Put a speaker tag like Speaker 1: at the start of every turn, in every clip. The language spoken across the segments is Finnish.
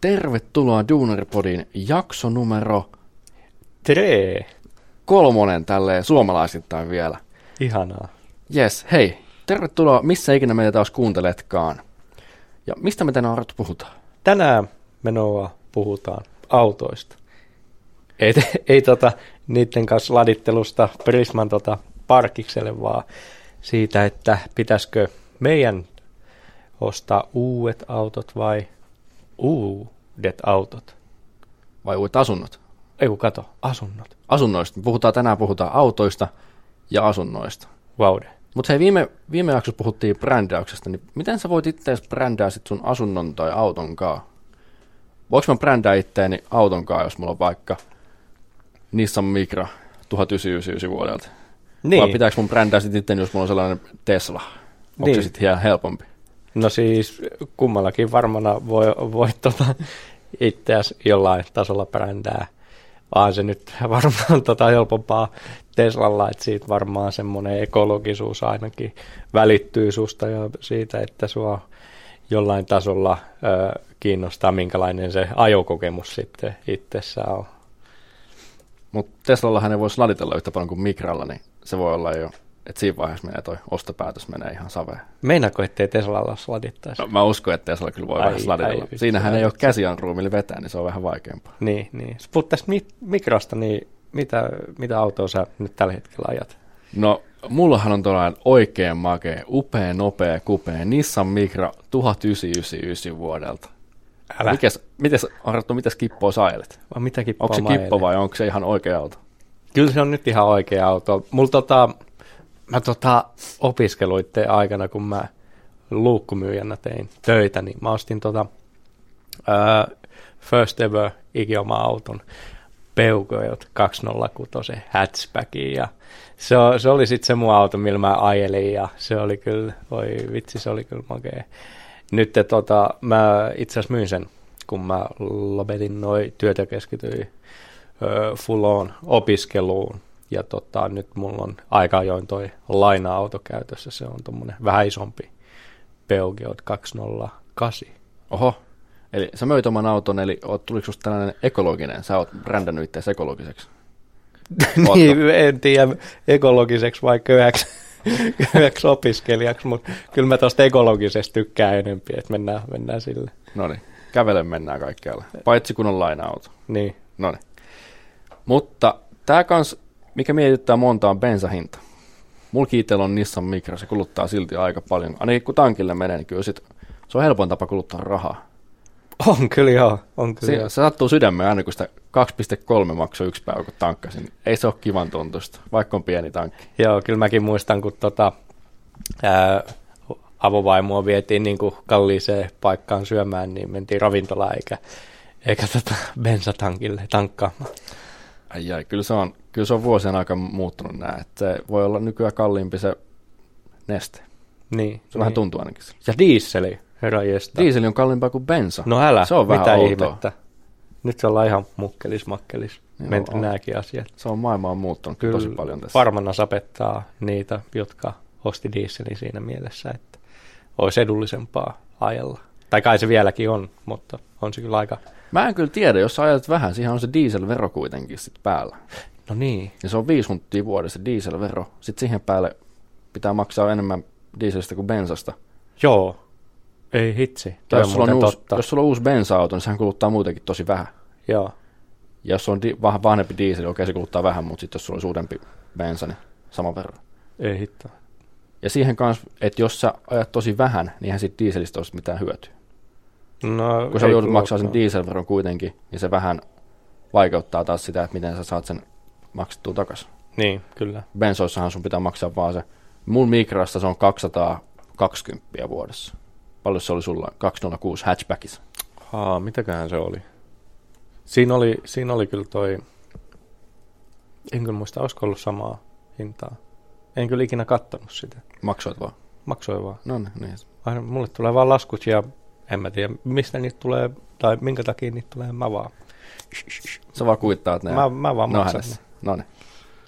Speaker 1: Tervetuloa Duunaripodin jakso numero
Speaker 2: Tree.
Speaker 1: kolmonen tälleen suomalaisittain vielä.
Speaker 2: Ihanaa.
Speaker 1: Yes, hei, tervetuloa missä ikinä meitä taas kuunteletkaan. Ja mistä me tänään Arttu puhutaan?
Speaker 2: Tänään menoa puhutaan autoista. Ei, ei tota, niiden kanssa ladittelusta Prisman tota, parkikselle, vaan siitä, että pitäisikö meidän ostaa uudet autot vai uudet autot.
Speaker 1: Vai uudet asunnot?
Speaker 2: Ei kun kato, asunnot.
Speaker 1: Asunnoista. Me puhutaan tänään puhutaan autoista ja asunnoista.
Speaker 2: Vaude.
Speaker 1: Mutta hei, viime, viime jaksossa puhuttiin brändäyksestä, niin miten sä voit itseäsi brändää sit sun asunnon tai auton kaa? Voinko mä brändää itteeni auton kaa, jos mulla on vaikka Nissan Micra 1999 vuodelta? Niin. Vai
Speaker 2: Niin,
Speaker 1: pitääkö mun brändää sitten itteeni, jos mulla on sellainen Tesla? Onko niin. se
Speaker 2: Niin.
Speaker 1: sitten hieman helpompi?
Speaker 2: no siis kummallakin varmana voi, voi tota, itseäsi jollain tasolla brändää. vaan se nyt varmaan tota helpompaa Teslalla, että siitä varmaan semmoinen ekologisuus ainakin välittyy susta ja siitä, että sua jollain tasolla ö, kiinnostaa, minkälainen se ajokokemus sitten itsessään on.
Speaker 1: Mutta Teslallahan ei voisi laditella yhtä paljon kuin Micralla, niin se voi olla jo, että siinä vaiheessa menee toi ostopäätös menee ihan saveen.
Speaker 2: Meinaako, ettei Teslalla sladittaisi?
Speaker 1: No, mä uskon, että Tesla kyllä voi
Speaker 2: Ai-
Speaker 1: vähän sladitella.
Speaker 2: ai vitsi,
Speaker 1: Siinähän
Speaker 2: ai
Speaker 1: ei ole käsianruumille vetää, niin se on vähän vaikeampaa.
Speaker 2: Niin, niin. Sä Puhut tästä mi- mikrosta, niin mitä, mitä autoa sä nyt tällä hetkellä ajat?
Speaker 1: No, mullahan on tuollainen oikein makea, upea, nopea, kupea Nissan Micra 1999 vuodelta.
Speaker 2: Älä.
Speaker 1: Mites, mites, Arttu, mites kippoa sailet?
Speaker 2: Vai mitä kippoa
Speaker 1: Onko se
Speaker 2: mä
Speaker 1: kippo
Speaker 2: ajelen?
Speaker 1: vai onko se ihan oikea auto?
Speaker 2: Kyllä se on nyt ihan oikea auto. Mulla tota, mä tota opiskeluiden aikana, kun mä luukkumyyjänä tein töitä, niin mä ostin tota uh, First Ever ikioma auton Peugeot 206 hatchbackiin ja se, o- se oli sitten se mun auto, millä mä ajelin ja se oli kyllä, voi vitsi, se oli kyllä makea. Nyt te tota, mä itse asiassa myin sen, kun mä lopetin noin työt ja keskityin ö, full on opiskeluun. Ja tota, nyt mulla on aika ajoin toi laina-auto käytössä, se on tuommoinen vähän isompi Peugeot 208.
Speaker 1: Oho. Eli sä möit oman auton, eli oot, tuliko susta tällainen ekologinen? Sä oot brändännyt itseäsi ekologiseksi. Ootko?
Speaker 2: niin, en tiedä ekologiseksi vai köyhäksi, köyhäksi opiskelijaksi, mutta kyllä mä tuosta ekologisesta tykkään enempi, että mennään, mennään sille.
Speaker 1: No niin, kävelen mennään kaikkialle, paitsi kun on laina-auto.
Speaker 2: Niin.
Speaker 1: No niin. Mutta tämä kans, mikä mietityttää monta, on bensahinta. Mulla itsellä on Nissan Micra, se kuluttaa silti aika paljon. Ainakin kun tankille menee, niin kyllä sit, se on helpoin tapa kuluttaa rahaa.
Speaker 2: On kyllä joo, on kyllä
Speaker 1: Se,
Speaker 2: joo.
Speaker 1: se sattuu sydämeen aina, kun sitä 2,3 maksoi yksi päivä, kun tankkasin. Ei se ole kivan tuntusta, vaikka on pieni tankki.
Speaker 2: Joo, kyllä mäkin muistan, kun tota, ää, avovaimoa vietiin niin kuin kalliiseen paikkaan syömään, niin mentiin ravintolaan eikä, eikä tota bensatankille tankkaamaan.
Speaker 1: Ai, ai kyllä, se on, kyllä se on vuosien aika muuttunut nää. Että se voi olla nykyään kalliimpi se neste. Se
Speaker 2: Niin.
Speaker 1: niin. vähän
Speaker 2: niin.
Speaker 1: tuntuu ainakin. sillä.
Speaker 2: Ja diisseli, herra jesta.
Speaker 1: Diesel on kalliimpaa kuin bensa.
Speaker 2: No älä,
Speaker 1: Se on vähän
Speaker 2: mitä
Speaker 1: outoa.
Speaker 2: ihmettä. Nyt ollaan ihan mukkelis makkelis.
Speaker 1: Joo,
Speaker 2: Menty
Speaker 1: on.
Speaker 2: nämäkin asiat.
Speaker 1: Se on maailma on muuttunut kyllä. tosi paljon tässä.
Speaker 2: Varmana sapettaa niitä, jotka osti dieselin siinä mielessä, että olisi edullisempaa ajella. Tai kai se vieläkin on, mutta on se kyllä aika...
Speaker 1: Mä en kyllä tiedä, jos sä ajat vähän, siihen on se dieselvero kuitenkin sit päällä.
Speaker 2: No niin,
Speaker 1: Ja se on viisi hunttia vuodessa dieselvero. Sitten siihen päälle pitää maksaa enemmän dieselistä kuin bensasta.
Speaker 2: Joo. Ei hitsi.
Speaker 1: Ja
Speaker 2: Toi on
Speaker 1: jos, sulla on
Speaker 2: muuten
Speaker 1: uusi,
Speaker 2: totta.
Speaker 1: jos sulla on uusi bensa-auto, niin sehän kuluttaa muutenkin tosi vähän.
Speaker 2: Joo.
Speaker 1: Ja jos on di- vähän vanhempi diesel, okei se kuluttaa vähän, mutta sitten jos sulla on suurempi bensa, niin sama verran.
Speaker 2: Ei hitto.
Speaker 1: Ja siihen kanssa, että jos sä ajat tosi vähän, niin eihän siitä dieselistä olisi mitään hyötyä.
Speaker 2: No,
Speaker 1: Kun sä
Speaker 2: ei
Speaker 1: joudut
Speaker 2: kyllä
Speaker 1: maksaa sen
Speaker 2: olekaan.
Speaker 1: dieselveron kuitenkin, niin se vähän vaikeuttaa taas sitä, että miten sä saat sen maksettua takaisin.
Speaker 2: Niin, kyllä.
Speaker 1: bensoissahan sun pitää maksaa vaan se. Mun Migrasta se on 220 vuodessa. Paljon se oli sulla? 206 hatchbackissa.
Speaker 2: Haa, mitäköhän se oli? Siinä oli, siinä oli kyllä toi... En kyllä muista, olisiko ollut samaa hintaa. En kyllä ikinä kattanut sitä.
Speaker 1: Maksoit vaan.
Speaker 2: Maksoi vaan.
Speaker 1: No niin, niin.
Speaker 2: Aina mulle tulee vaan laskut ja en mä tiedä, mistä niitä tulee tai minkä takia niitä tulee. Mä vaan,
Speaker 1: Sä vaan kuittaat ne.
Speaker 2: mä, mä vaan
Speaker 1: no
Speaker 2: maksan.
Speaker 1: hänessä. No niin.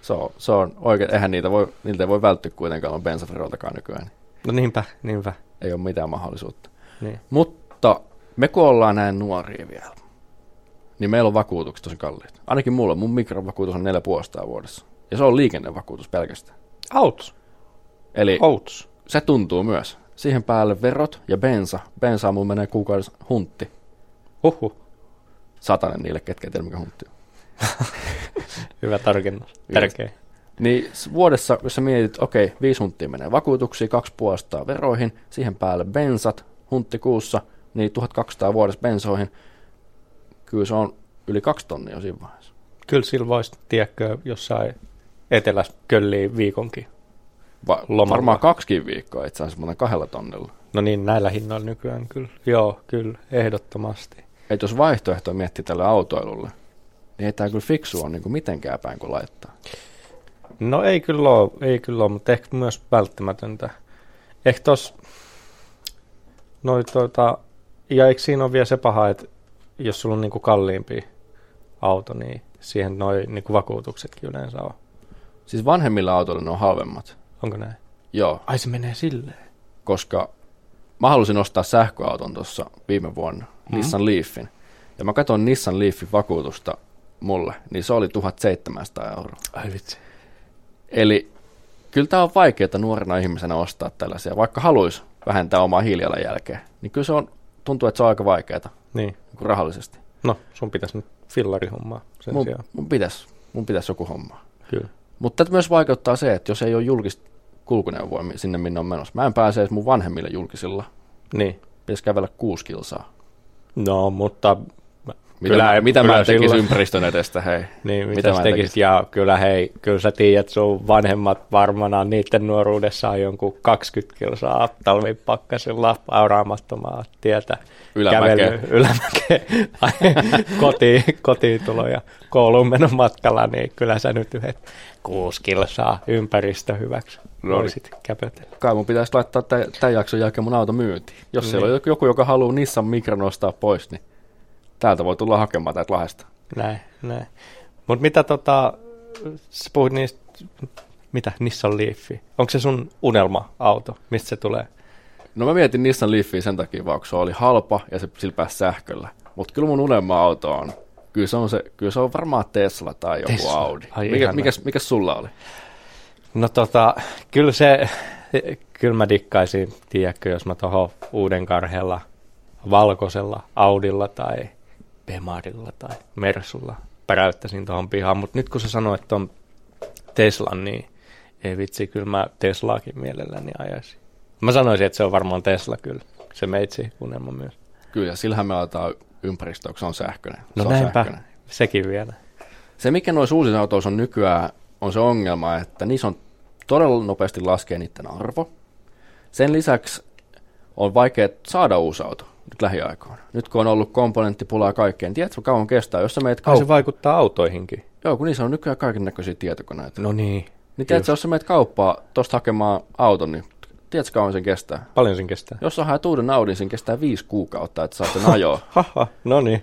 Speaker 1: Se on, se on oikein. Eihän niitä voi, niiltä ei voi välttyä kuitenkaan on bensaferoltakaan nykyään.
Speaker 2: ne. No niinpä, niinpä.
Speaker 1: Ei ole mitään mahdollisuutta.
Speaker 2: Niin.
Speaker 1: Mutta Me kun ollaan näin nuoria vielä, niin meillä on vakuutukset tosi kalliit. Ainakin mulla, mun mikrovakuutus on neljä puolestaan vuodessa. Ja se on liikennevakuutus pelkästään.
Speaker 2: Outs.
Speaker 1: Eli
Speaker 2: Outs.
Speaker 1: se tuntuu myös. Siihen päälle verot ja bensa. Bensaa mun menee kuukaudessa huntti.
Speaker 2: Huhhuh.
Speaker 1: Satanen niille, ketkä ei tiedä, mikä huntti on.
Speaker 2: Hyvä tarkennus. Tärkeä.
Speaker 1: Niin s- vuodessa, jos sä mietit, okei, viisi hunttia menee vakuutuksiin, kaksi puolestaan veroihin, siihen päälle bensat, huntti kuussa, niin 1200 vuodessa bensoihin, kyllä se on yli kaksi tonnia siinä vaiheessa.
Speaker 2: Kyllä sillä voisi, tiedätkö, jossain etelässä kölliin viikonkin.
Speaker 1: Va-
Speaker 2: Lomalla.
Speaker 1: varmaan kaksikin viikkoa itse asiassa, mutta kahdella tonnilla.
Speaker 2: No niin, näillä hinnoilla nykyään kyllä. Joo, kyllä, ehdottomasti.
Speaker 1: Et jos vaihtoehtoja miettii tälle autoilulle, niin ei tämä kyllä fiksu on niin mitenkään päin kun laittaa.
Speaker 2: No ei kyllä ole, ei kyllä ole, mutta ehkä myös välttämätöntä. Ehkä tos, noi tuota, ja eikö siinä ole vielä se paha, että jos sulla on niinku kalliimpi auto, niin siihen noi niinku vakuutuksetkin yleensä on.
Speaker 1: Siis vanhemmilla autoilla ne on halvemmat.
Speaker 2: Onko näin?
Speaker 1: Joo,
Speaker 2: Ai se menee silleen.
Speaker 1: koska mä halusin ostaa sähköauton tuossa viime vuonna, mm-hmm. Nissan Leafin. Ja mä katson Nissan Leafin vakuutusta mulle, niin se oli 1700 euroa.
Speaker 2: Ai vitsi.
Speaker 1: Eli kyllä tämä on vaikeaa nuorena ihmisenä ostaa tällaisia, vaikka haluaisi vähentää omaa hiilijalanjälkeä. Niin kyllä se on, tuntuu, että se on aika vaikeaa
Speaker 2: Niin.
Speaker 1: rahallisesti.
Speaker 2: No, sun pitäisi nyt fillarihommaa sen
Speaker 1: Mun,
Speaker 2: sijaan.
Speaker 1: mun, pitäisi, mun pitäisi joku homma.
Speaker 2: Kyllä.
Speaker 1: Mutta tätä myös vaikeuttaa se, että jos ei ole julkista kulkuneuvoa mi- sinne, minne on menossa. Mä en pääse edes mun vanhemmille julkisilla.
Speaker 2: Niin.
Speaker 1: Pitäisi kävellä kuusi kilsaa.
Speaker 2: No, mutta
Speaker 1: Mitä,
Speaker 2: Kyllä,
Speaker 1: kyllä, mitä
Speaker 2: kyllä
Speaker 1: mä tekisin
Speaker 2: silloin.
Speaker 1: ympäristön edestä, hei.
Speaker 2: Niin, mitä,
Speaker 1: Mitä
Speaker 2: mitä
Speaker 1: mä
Speaker 2: tekis?
Speaker 1: tekisin?
Speaker 2: Ja kyllä hei, kyllä sä tiedät sun vanhemmat varmana niiden nuoruudessa on jonkun 20 kilsaa talvipakkasilla auraamattomaa tietä.
Speaker 1: Ylämäkeä.
Speaker 2: ylämäkeä, Ai, kotiin, kotiin tulo ja kouluun menon matkalla, niin kyllä sä nyt yhdet kuusi kilsaa ympäristö hyväksi
Speaker 1: No
Speaker 2: voisit käpötellä.
Speaker 1: Kai mun pitäisi laittaa tä- tämän jakson jälkeen mun auto myyntiin. Jos niin. siellä on joku- joku, joka haluaa Nissan Micron ostaa pois, niin täältä voi tulla hakemaan täältä lahjasta.
Speaker 2: Näin, näin. Mutta mitä tota, sä puhuit niistä, mitä Nissan Leafi? Onko se sun unelma-auto? Mistä se tulee?
Speaker 1: No mä mietin Nissan Leafia sen takia, vaan kun se oli halpa ja se sillä pääsi sähköllä. Mutta kyllä mun unelma auto on. Kyllä se on, se, kyllä se on varmaan Tesla tai joku
Speaker 2: Tesla.
Speaker 1: Tesla. Audi.
Speaker 2: Ai
Speaker 1: mikä,
Speaker 2: ihana.
Speaker 1: mikäs, mikäs sulla oli?
Speaker 2: No tota, kyllä se, kyllä mä dikkaisin, tiedätkö, jos mä tuohon Uudenkarhella, valkoisella Audilla tai Bemarilla tai Mersulla päräyttäisin tuohon pihaan, mutta nyt kun sä sanoit ton Teslan, niin ei vitsi, kyllä mä Teslaakin mielelläni ajaisin. Mä sanoisin, että se on varmaan Tesla kyllä, se meitsi unelma myös.
Speaker 1: Kyllä, sillähän me aletaan ympäristöä, kun se on sähköinen. Se
Speaker 2: No
Speaker 1: on
Speaker 2: näinpä,
Speaker 1: sähköinen.
Speaker 2: sekin vielä.
Speaker 1: Se, mikä noissa uusissa autoissa on nykyään, on se ongelma, että niissä on todella nopeasti laskee niiden arvo. Sen lisäksi on vaikea saada uusi auto nyt lähiaikoina. Nyt kun on ollut komponenttipulaa kaikkeen, tiedätkö kauan kestää, jos sä meet
Speaker 2: Kai se
Speaker 1: kauppaan.
Speaker 2: vaikuttaa autoihinkin.
Speaker 1: Joo, kun niissä on nykyään kaiken näköisiä tietokoneita.
Speaker 2: No niin,
Speaker 1: Niin tiedätkö, jos sä meet kauppaan tuosta hakemaan auton, niin tiedätkö kauan sen kestää?
Speaker 2: paljon sen kestää.
Speaker 1: Jos sä haet uuden Audin, sen kestää viisi kuukautta, että saat sen ajoa.
Speaker 2: Haha, no niin.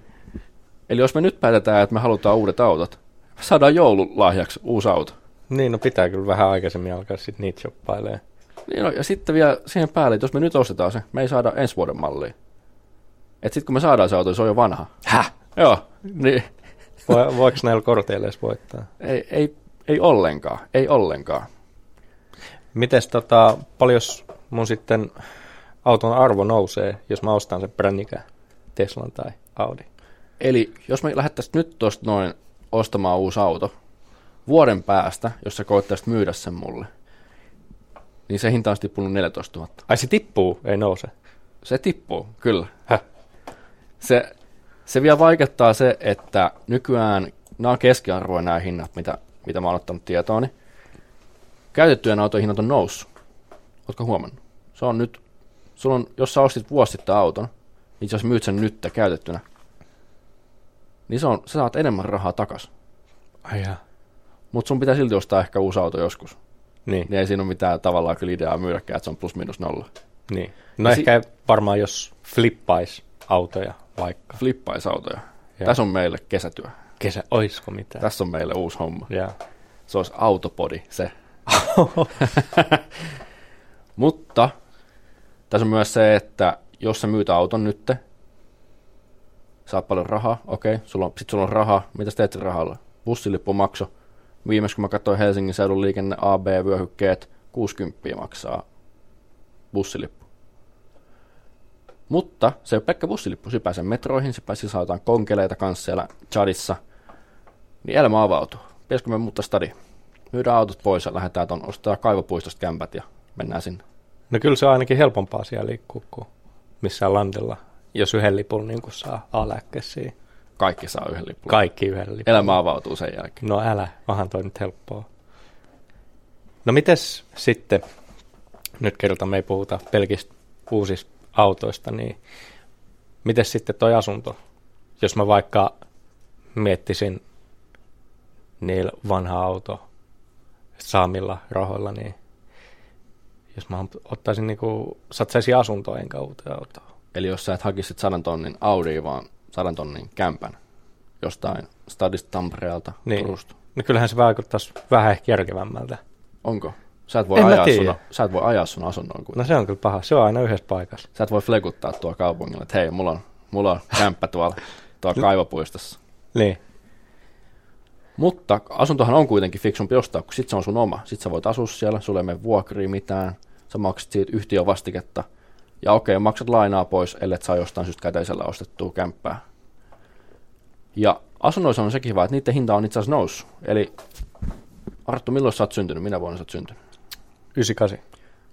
Speaker 1: Eli jos me nyt päätetään, että me halutaan uudet autot, me saadaan joululahjaksi uusi auto.
Speaker 2: Niin, no pitää kyllä vähän aikaisemmin alkaa sitten niitä shoppailee.
Speaker 1: Niin, no, ja sitten vielä siihen päälle, että jos me nyt ostetaan se, me ei saada ensi vuoden mallia. Et sitten kun me saadaan se auto, niin se on jo vanha.
Speaker 2: Häh?
Speaker 1: Joo, niin
Speaker 2: Vo, voiko näillä korteilla edes voittaa?
Speaker 1: ei, ei, ei ollenkaan, ei ollenkaan.
Speaker 2: Mites tota, paljon mun sitten auton arvo nousee, jos mä ostan sen brännikä Teslan tai Audi?
Speaker 1: Eli jos me lähdettäisiin nyt tuosta noin ostamaan uusi auto, vuoden päästä, jos sä koettaisit myydä sen mulle, niin se hinta olisi tippunut 14 000.
Speaker 2: Ai se tippuu, ei nouse.
Speaker 1: Se tippuu, kyllä.
Speaker 2: Häh?
Speaker 1: Se, se vielä vaikuttaa se, että nykyään nämä on keskiarvoja nämä hinnat, mitä, mitä mä oon ottanut tietooni. Käytettyjen autojen hinnat on noussut. Ootko huomannut? Se on nyt, sulla on, jos sä ostit vuosi sitten auton, niin jos myyt sen nyt käytettynä, niin se on, sä saat enemmän rahaa takas.
Speaker 2: Ai jaa.
Speaker 1: Mutta sun pitää silti ostaa ehkä uusi auto joskus.
Speaker 2: Niin,
Speaker 1: Niin ei siinä ole mitään tavallaan kyllä ideaa myydäkään, että se on plus minus nolla.
Speaker 2: niin. No
Speaker 1: Ja si-
Speaker 2: ehkä varmaan jos flippais autoja vaikka.
Speaker 1: Flippaisautoja.
Speaker 2: Joo.
Speaker 1: Tässä on meille kesätyö.
Speaker 2: Kesä, oisko mitään?
Speaker 1: Tässä on meille uusi homma.
Speaker 2: Jaa.
Speaker 1: Se olisi autopodi, se. Mutta tässä on myös se, että jos sä myyt auton nytte, saat paljon rahaa, okei, okay. sulla on, sit sulla on rahaa, mitä sä teet sillä rahalla? Bussilippumakso. Viimeksi kun mä katsoin Helsingin seudun liikenne AB-vyöhykkeet, 60 maksaa bussilippu. Mutta se ei ole pelkkä bussilippu, se pääsee metroihin, se pääsee saa jotain konkeleita kanssa siellä Chadissa. Niin elämä avautuu. Pitäisikö me muuttaa stadi? Myydään autot pois ja lähdetään tuon ostaa kaivopuistosta kämpät ja mennään sinne.
Speaker 2: No kyllä se on ainakin helpompaa siellä liikkua kuin missään landilla, jos yhden lipun niin kuin saa aläkkäisiin.
Speaker 1: Kaikki saa yhden lipun.
Speaker 2: Kaikki yhden lipun.
Speaker 1: Elämä avautuu sen jälkeen.
Speaker 2: No älä, onhan toi nyt helppoa. No mites sitten, nyt kerta me ei puhuta pelkistä uusista autoista, niin mites sitten toi asunto? Jos mä vaikka miettisin niillä vanha auto saamilla rahoilla, niin jos mä ottaisin niinku, satsaisin asuntoa enkä uuteen autoon.
Speaker 1: Eli jos sä et hakisit sadan tonnin Audi, vaan sadan tonnin kämpän jostain Stadista Tampereelta,
Speaker 2: Niin.
Speaker 1: Turusta.
Speaker 2: No kyllähän se vaikuttaisi vähän ehkä järkevämmältä.
Speaker 1: Onko? Sä et, voi
Speaker 2: En mä
Speaker 1: ajaa
Speaker 2: tiedä.
Speaker 1: sun, sä et voi ajaa sun asunnon kuin.
Speaker 2: No se on kyllä paha, se on aina yhdessä paikassa.
Speaker 1: Sä et voi flekuttaa tuo kaupungilla, että hei, mulla on, mulla on kämppä tuolla,
Speaker 2: No.
Speaker 1: tuolla kaivopuistossa.
Speaker 2: Niin,
Speaker 1: Mutta asuntohan on kuitenkin fiksumpi ostaa, kun sit se on sun oma. Sit sä voit asua siellä, sulle ei mene vuokria mitään, sä maksat siitä yhtiön vastiketta. Ja okei, maksat lainaa pois, ellet saa jostain syystä käteisellä ostettua kämppää. Ja asunnoissa on sekin hyvä, että niiden hinta on itse asiassa noussut. Eli Arttu, milloin sä oot syntynyt? Minä vuonna sä oot syntynyt?
Speaker 2: 98.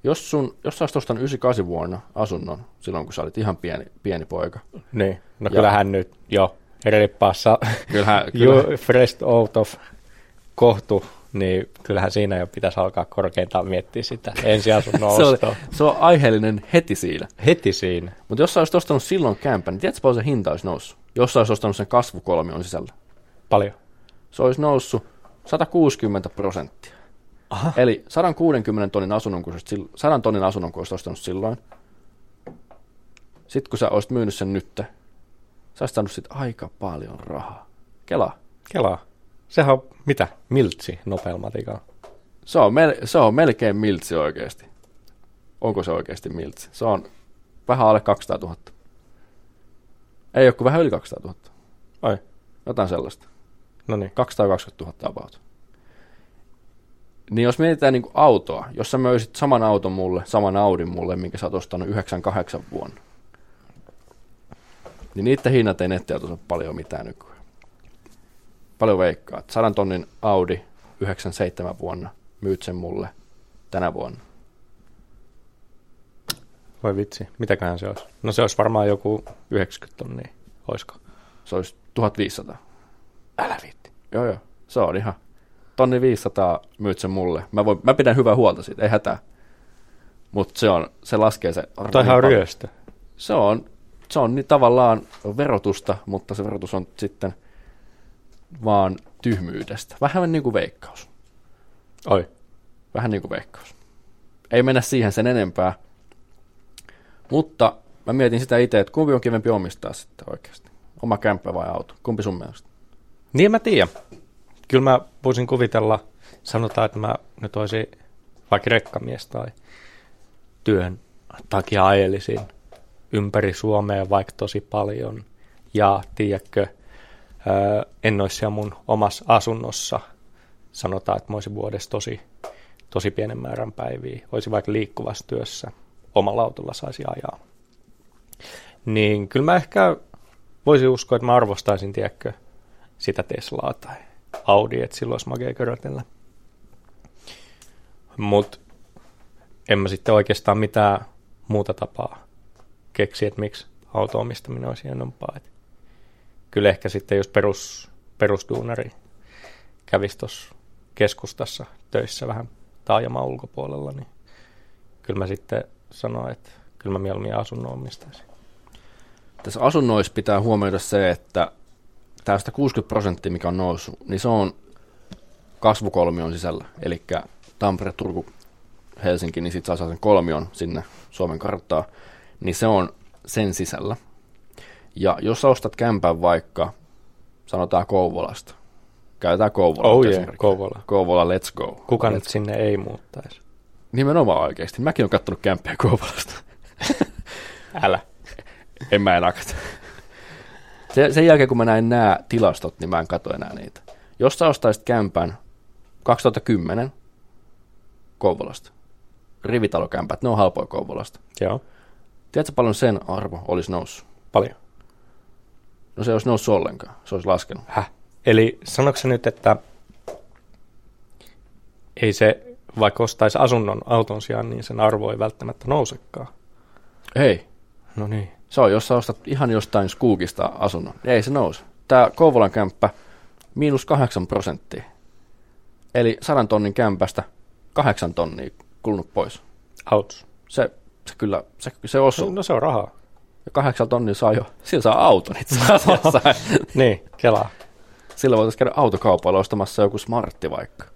Speaker 1: Jos, sun, jos sä olisit ostanut 98 vuonna asunnon, silloin kun sä olit ihan pieni, pieni poika.
Speaker 2: Niin, no kyllähän nyt jo reippaassa
Speaker 1: Kyllähän,
Speaker 2: you
Speaker 1: kyllä,
Speaker 2: fresh out of kohtu, niin kyllähän siinä jo pitäisi alkaa korkeintaan miettiä sitä ensiasunnon
Speaker 1: se, on,
Speaker 2: ostoa.
Speaker 1: se on aiheellinen heti siinä.
Speaker 2: Heti siinä.
Speaker 1: Mutta jos sä olisit ostanut silloin kämpän, niin tiedätkö paljon se hinta olisi noussut? Jos sä olisit ostanut sen kasvukolmion sisällä.
Speaker 2: Paljon.
Speaker 1: Se olisi noussut 160 prosenttia.
Speaker 2: Aha.
Speaker 1: Eli 160 tonnin asunnon, kun sä olisit sil- 100 tonnin asunnon, kun olisit ostanut silloin. Sitten kun sä olisit myynyt sen nyt, sä olisit saanut sit aika paljon rahaa. Kela.
Speaker 2: Kelaa. Sehän on mitä? Miltsi nopealla matikalla.
Speaker 1: Se on, mel- se on melkein miltsi oikeasti. Onko se oikeasti miltsi? Se on vähän alle 200 000. Ei ole kuin vähän yli 200 000.
Speaker 2: Ai,
Speaker 1: Jotain sellaista.
Speaker 2: no niin.
Speaker 1: 220 000 about. Niin jos mietitään niin autoa, jos sä möisit saman auton mulle, saman Audin mulle, minkä sä oot ostanut 98 vuonna, niin niiden hinnat ei nettiautossa ole paljon mitään nykyään. Paljon veikkaat. 100 tonnin Audi 97 vuonna, myyt sen mulle tänä vuonna.
Speaker 2: Voi vitsi, mitäköhän se olisi? No se olisi varmaan joku 90 tonnia, olisiko?
Speaker 1: Se olisi 1500.
Speaker 2: Älä viitti.
Speaker 1: Joo, joo. Se on ihan. Tonni 500 myyt sen mulle. Mä, voin, mä pidän hyvää huolta siitä, ei hätää. Mutta se, on, se laskee se arvo
Speaker 2: Toihan
Speaker 1: niin
Speaker 2: on
Speaker 1: paljon.
Speaker 2: ryöstö.
Speaker 1: Se on, se on niin tavallaan verotusta, mutta se verotus on sitten vaan tyhmyydestä. Vähän niin kuin veikkaus.
Speaker 2: Oi,
Speaker 1: Vähän niin kuin veikkaus. Ei mennä siihen sen enempää. Mutta mä mietin sitä itse, että kumpi on kivempi omistaa sitten oikeasti. Oma kämppä vai auto? Kumpi sun mielestä?
Speaker 2: Niin en mä tiedä. Kyllä mä voisin kuvitella, sanotaan, että mä nyt olisin vaikka rekkamies tai työn takia ajelisin ympäri Suomea vaikka tosi paljon. Ja tiedätkö, ää, en olisi siellä mun omassa asunnossa. Sanotaan, että mä olisin vuodessa tosi, tosi pienen määrän päiviä. Olisi vaikka liikkuvassa työssä. Omalla autolla saisi ajaa. Niin kyllä mä ehkä voisin uskoa, että mä arvostaisin, tiedätkö, sitä Teslaa tai Audi, että silloin olisi makea körötellä. Mutta en mä sitten oikeastaan mitään muuta tapaa keksi, että miksi auto-omistaminen olisi hienompaa. Et kyllä ehkä sitten, jos perus, perusduunari kävisi tuossa keskustassa töissä vähän taajama ulkopuolella, niin kyllä mä sitten sanoin, että kyllä mä mieluummin asunnon omistaisin.
Speaker 1: Tässä asunnoissa pitää huomioida se, että tästä 60 prosenttia, mikä on noussut, niin se on kasvukolmion sisällä. Eli Tampere, Turku, Helsinki, niin sitten saa sen kolmion sinne Suomen karttaa, niin se on sen sisällä. Ja jos sä ostat kämpän vaikka, sanotaan Kouvolasta, käytetään Kouvolaa.
Speaker 2: Oh
Speaker 1: nyt
Speaker 2: yeah,
Speaker 1: esimerkiksi.
Speaker 2: Kouvola.
Speaker 1: Kouvola, let's go.
Speaker 2: Kuka nyt sinne ei muuttaisi?
Speaker 1: Nimenomaan oikeasti. Mäkin olen kattonut kämppejä Kouvolasta.
Speaker 2: Älä.
Speaker 1: En mä enää katso. Se, sen jälkeen, kun mä näin nämä tilastot, niin mä en katso enää niitä. Jos sä ostaisit kämpän 2010 Kouvolasta, rivitalokämpät, ne on halpoja Kouvolasta.
Speaker 2: Joo,
Speaker 1: Tiedätkö paljon sen arvo olisi noussut?
Speaker 2: paljon.
Speaker 1: No se ei olisi noussut ollenkaan, se olisi laskenut.
Speaker 2: Häh? Eli sanoksi nyt, että ei se, vaikka ostaisi asunnon auton sijaan, niin sen arvo ei välttämättä nousekaan.
Speaker 1: Hei,
Speaker 2: No niin.
Speaker 1: se on, jos sä ostat ihan jostain skuukista asunnon, niin ei se nouse. Tämä Kouvolan kämppä, miinus 8 prosenttia. Eli 100 tonnin kämpästä 8 tonnia kulunut pois.
Speaker 2: Autos.
Speaker 1: Se, se kyllä, se, se osuu.
Speaker 2: No se on rahaa.
Speaker 1: Ja kahdeksan tonnia saa jo, sillä saa auton itse asiassa.
Speaker 2: Niin, kelaa.
Speaker 1: sillä voitaisiin käydä autokaupalla ostamassa joku smartti vaikka.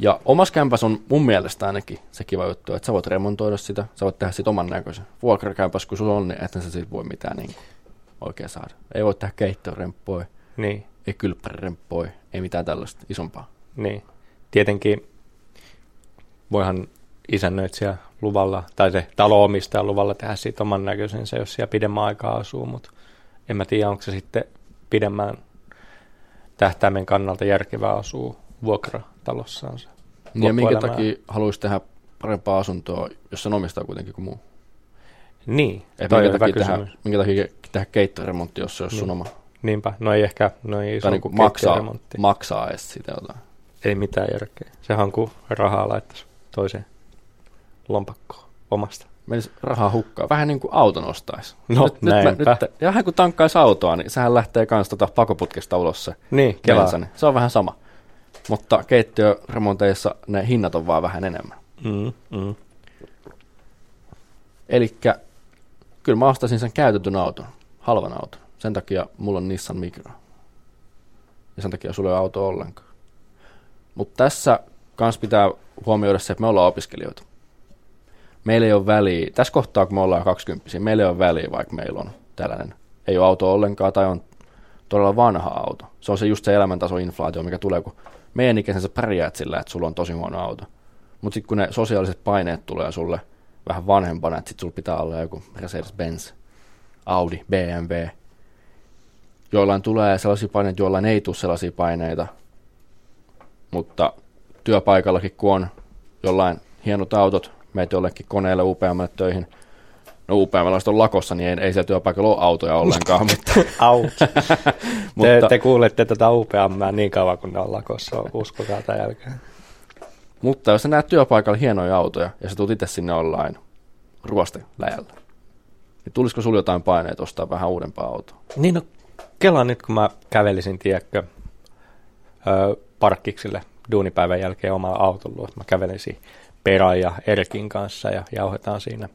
Speaker 1: Ja omassa kämpässä on mun mielestä ainakin se kiva juttu, että sä voit remontoida sitä, sä voit tehdä siitä oman näköisen. Vuokrakämpässä kun sulla on, niin et sä siitä voi mitään niin oikein saada. Ei voi tehdä keittoremppoja,
Speaker 2: Niin,
Speaker 1: ei kylppäremppoja, ei mitään tällaista isompaa.
Speaker 2: niin. Tietenkin voihan isännöitsijä luvalla, tai se talo-omistajan luvalla tehdä siitä oman näköisensä, jos siellä pidemmän aikaa asuu, mutta en mä tiedä, onko se sitten pidemmän tähtäimen kannalta järkevää asua vuokratalossa.
Speaker 1: Niin ja minkä
Speaker 2: Loppuelämää.
Speaker 1: takia haluaisi tehdä parempaa asuntoa, jos sen omistaa kuitenkin kuin muu?
Speaker 2: Niin,
Speaker 1: Et
Speaker 2: toi on
Speaker 1: minkä,
Speaker 2: hyvä
Speaker 1: takia
Speaker 2: kysymys.
Speaker 1: tehdä, minkä takia tehdä keittoremontti, jos se olisi sun oma?
Speaker 2: Niinpä, no ei ehkä, no
Speaker 1: Tai
Speaker 2: ei se
Speaker 1: niin
Speaker 2: kuin
Speaker 1: kuin maksaa,
Speaker 2: keittiöremontti.
Speaker 1: maksaa edes siitä jotain.
Speaker 2: Ei mitään järkeä. Sehän on kuin rahaa laittaisi toiseen lompakkoon omasta.
Speaker 1: Menisi rahaa hukkaan. Vähän niin kuin auton ostaisi.
Speaker 2: No,
Speaker 1: nyt, nyt, mä,
Speaker 2: näinpä.
Speaker 1: nyt, ja vähän kun tankkaisi autoa, niin sehän lähtee kans tota pakoputkesta ulos se
Speaker 2: Niin, kelaa.
Speaker 1: bensa, niin Se on vähän sama. Mutta keittiöremonteissa ne hinnat on vaan vähän enemmän.
Speaker 2: Mm, mm.
Speaker 1: Eli kyllä mä ostaisin sen käytetyn auton, halvan auton. Sen takia mulla on Nissan Micra. Ja sen takia sulla ei ole auto ollenkaan. Mutta tässä kans pitää huomioida se, että me ollaan opiskelijoita. Meillä ei ole väliä, tässä kohtaa kun me ollaan 20, meillä ei ole väliä, vaikka meillä on tällainen, ei ole auto ollenkaan tai on todella vanha auto. Se on se just se elämäntasoinflaatio, mikä tulee, kun meidän ikäisen sä pärjäät sillä, että sulla on tosi huono auto. Mutta sitten kun ne sosiaaliset paineet tulee sulle vähän vanhempana, että sitten sulla pitää olla joku Mercedes-Benz, Audi, BMW. Joillain tulee sellaisia paineita, joillain ei tule sellaisia paineita. Mutta työpaikallakin, kun on jollain hienot autot, meet jollekin koneelle upeammalle töihin, no upeammalla on lakossa, niin ei, ei siellä työpaikalla ole autoja ollenkaan, mutta,
Speaker 2: Out. te,
Speaker 1: mutta
Speaker 2: te, kuulette tätä upeammää niin kauan, kun ne on lakossa, uskokaa tämän jälkeen.
Speaker 1: Mutta jos sä näet työpaikalla hienoja autoja ja sä tulet itse sinne online ruosteläjällä, niin tulisiko sulla jotain paineet ostaa vähän uudempaa autoa?
Speaker 2: Niin no, kela nyt, kun mä kävelisin, tiedätkö, ö, parkkiksille duunipäivän jälkeen omalla autolla, että mä kävelisin Peran ja Erkin kanssa ja jauhetaan siinä,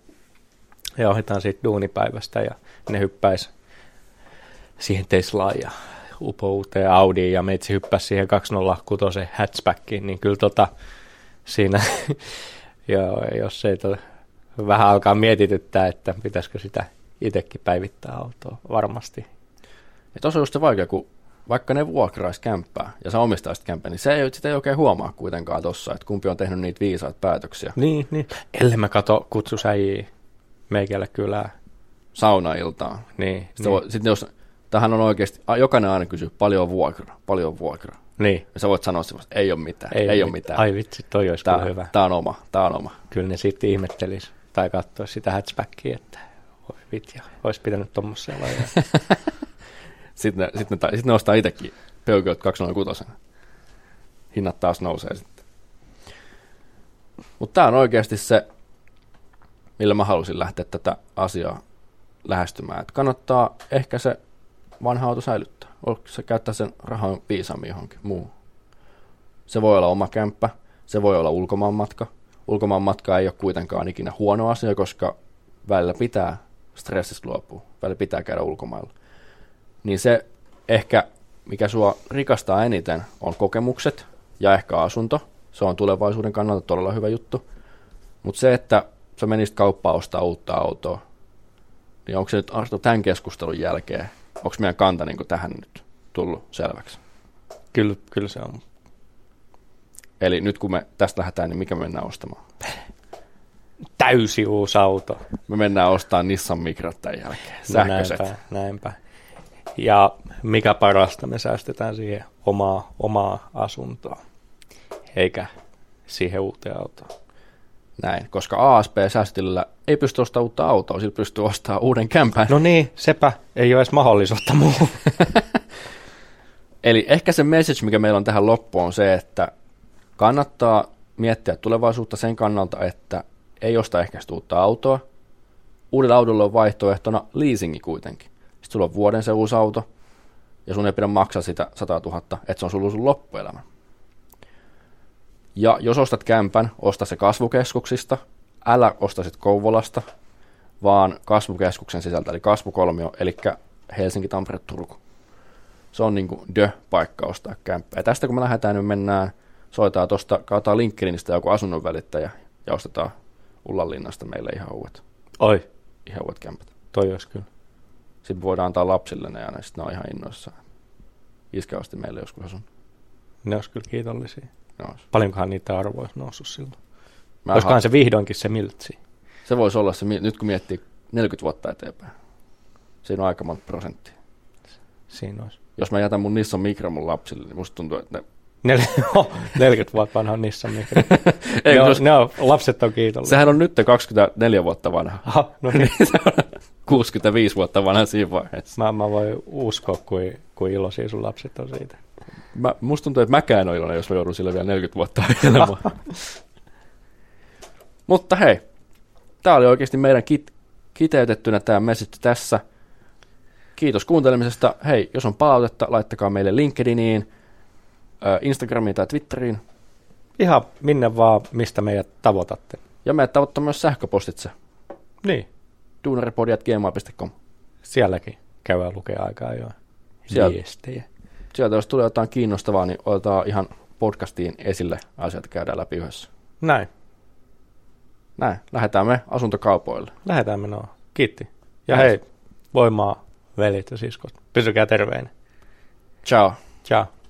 Speaker 2: jauhetaan siitä duunipäivästä ja ne hyppäisi siihen Teslaan ja upouuteen Audiin ja meitsi hyppäsi siihen 206 hatchbackiin, niin kyllä tota siinä, joo, jos ei tota, vähän alkaa mietityttää, että pitäisikö sitä itsekin päivittää autoa, varmasti
Speaker 1: Ja tuossa on just se vaikea, kun vaikka ne vuokrais kämppää ja sä omistaisit kämppää, niin se ei, sitä ei oikein huomaa kuitenkaan tossa, että kumpi on tehnyt niitä viisaita päätöksiä.
Speaker 2: Niin, niin. Ellei mä kato kutsusäjiä meikällä kylää.
Speaker 1: Saunailtaan.
Speaker 2: Niin,
Speaker 1: Sitten, niin. sitten jos, tähän on oikeasti, a- jokainen aina kysyy, paljon on vuokra, paljon on vuokra.
Speaker 2: niin.
Speaker 1: Ja sä voit sanoa se vasta, ei ole mitään, ei, ei ole mitään.
Speaker 2: Ai vitsi, toi olisi
Speaker 1: Tää,
Speaker 2: kyllä hyvä.
Speaker 1: tää on oma, tää on oma.
Speaker 2: Kyllä ne sitten ihmettelis tai katsois sitä hatchbackia, että voi vitja, olisi pitänyt tuommoisella.
Speaker 1: Sitten ne, sit ne, tai- sit ne ostaa itsekin pöykööt 206. Hinnat taas nousee sitten. Mutta tämä on oikeasti se, millä mä halusin lähteä tätä asiaa lähestymään. Et kannattaa ehkä se vanha auto säilyttää. Ol- Se käyttää sen rahan viisaammin johonkin muuhun. Se voi olla oma kämppä, se voi olla ulkomaanmatka. Ulkomaanmatka ei ole kuitenkaan ikinä huono asia, koska välillä pitää stressistä luopua, välillä pitää käydä ulkomailla niin se ehkä, mikä sua rikastaa eniten, on kokemukset ja ehkä asunto. Se on tulevaisuuden kannalta todella hyvä juttu. Mutta se, että sä menisit kauppaan ostaa uutta autoa, niin onko se nyt Arto tämän keskustelun jälkeen, onko meidän kanta niin tähän nyt tullut selväksi?
Speaker 2: kyllä, kyllä se on.
Speaker 1: Eli nyt kun me tästä lähdetään, niin mikä me mennään ostamaan?
Speaker 2: täysi uusi auto.
Speaker 1: Me mennään ostamaan Nissan Micra tämän jälkeen, sähköiset.
Speaker 2: Näinpä, näinpä. Ja mikä parasta, me säästetään siihen omaa, omaa asuntoa, eikä siihen uuteen autoon.
Speaker 1: Näin, koska ASP-säästötilillä ei pysty ostamaan uutta autoa, sillä pystyy ostamaan uuden kämpän.
Speaker 2: No niin, sepä ei ole edes mahdollisuutta muuhun.
Speaker 1: Eli ehkä se message, mikä meillä on tähän loppuun, on se, että kannattaa miettiä tulevaisuutta sen kannalta, että ei osta ehkä sitä uutta autoa. Uudella autolla on vaihtoehtona leasingi kuitenkin. Sitten sulla on vuoden se uusi auto, ja sun ei pidä maksaa sitä 100 000, että se on sulla sun loppuelämä. Ja jos ostat kämpän, osta se kasvukeskuksista, älä osta sit Kouvolasta, vaan kasvukeskuksen sisältä, eli kasvukolmio, eli Helsinki, Tampere, Turku se on niin kuin dö paikka ostaa kämppä. Ja tästä kun me lähdetään, niin me mennään, soitaan tuosta, kaataan LinkedInistä joku asunnon välittäjä ja ostetaan Ullanlinnasta meille ihan uudet,
Speaker 2: Oi,
Speaker 1: ihan uudet kämpät.
Speaker 2: toi olisi kyllä.
Speaker 1: Sitten voidaan antaa lapsille ne aina, sitten ne on ihan innoissaan. Iskä osti meille joskus asun.
Speaker 2: Ne olisi kyllä kiitollisia.
Speaker 1: Ne olisi.
Speaker 2: Paljonkohan niitä arvoa olisi noussut silloin.
Speaker 1: Mä
Speaker 2: Olisikohan
Speaker 1: ha-
Speaker 2: se vihdoinkin se miltsi.
Speaker 1: se voisi olla se, mi- nyt kun miettii 40 vuotta eteenpäin. Siinä on aika monta prosenttia.
Speaker 2: Siinä olisi.
Speaker 1: Jos mä jätän mun Nissan Micra mun lapsille, niin musta tuntuu, että ne,
Speaker 2: Nel- 40 vuotta vanha Nissan Micra.
Speaker 1: ei,
Speaker 2: ne,
Speaker 1: no,
Speaker 2: on,
Speaker 1: jos,
Speaker 2: ne on, lapset on kiitollisia.
Speaker 1: sehän on nyt 24 vuotta vanha.
Speaker 2: Aha, no niin.
Speaker 1: 65 vuotta vanha siinä vaiheessa.
Speaker 2: Mä, mä voin uskoa, kuin, kuin iloisia sun lapset on siitä.
Speaker 1: Mä, musta tuntuu, että mäkään on iloinen, jos mä joudun sillä vielä 40 vuotta ajelemaan. Mutta hei, tämä oli oikeasti meidän kit- kiteytettynä tämä message tässä. Kiitos kuuntelemisesta. Hei, jos on palautetta, laittakaa meille LinkedIniin, ö, Instagramiin tai Twitteriin.
Speaker 2: Ihan minne vaan, mistä meidät tavoitatte.
Speaker 1: Ja me tavoittaa myös sähköpostitse
Speaker 2: Niin,
Speaker 1: duunaripodi.gmail.com.
Speaker 2: sielläkin käydään lukea aika ajoin
Speaker 1: Siellä-
Speaker 2: viestejä.
Speaker 1: Sieltä jos tulee jotain kiinnostavaa, niin otetaan ihan podcastiin esille asiat käydään läpi yhdessä.
Speaker 2: Näin,
Speaker 1: Näin, lähdetään me asuntokaupoille.
Speaker 2: lähdetään menoon. Kiitti. Ja
Speaker 1: Lähes.
Speaker 2: hei, voimaa, veljet ja siskot. Pysykää terveinä.
Speaker 1: Ciao.
Speaker 2: Ciao.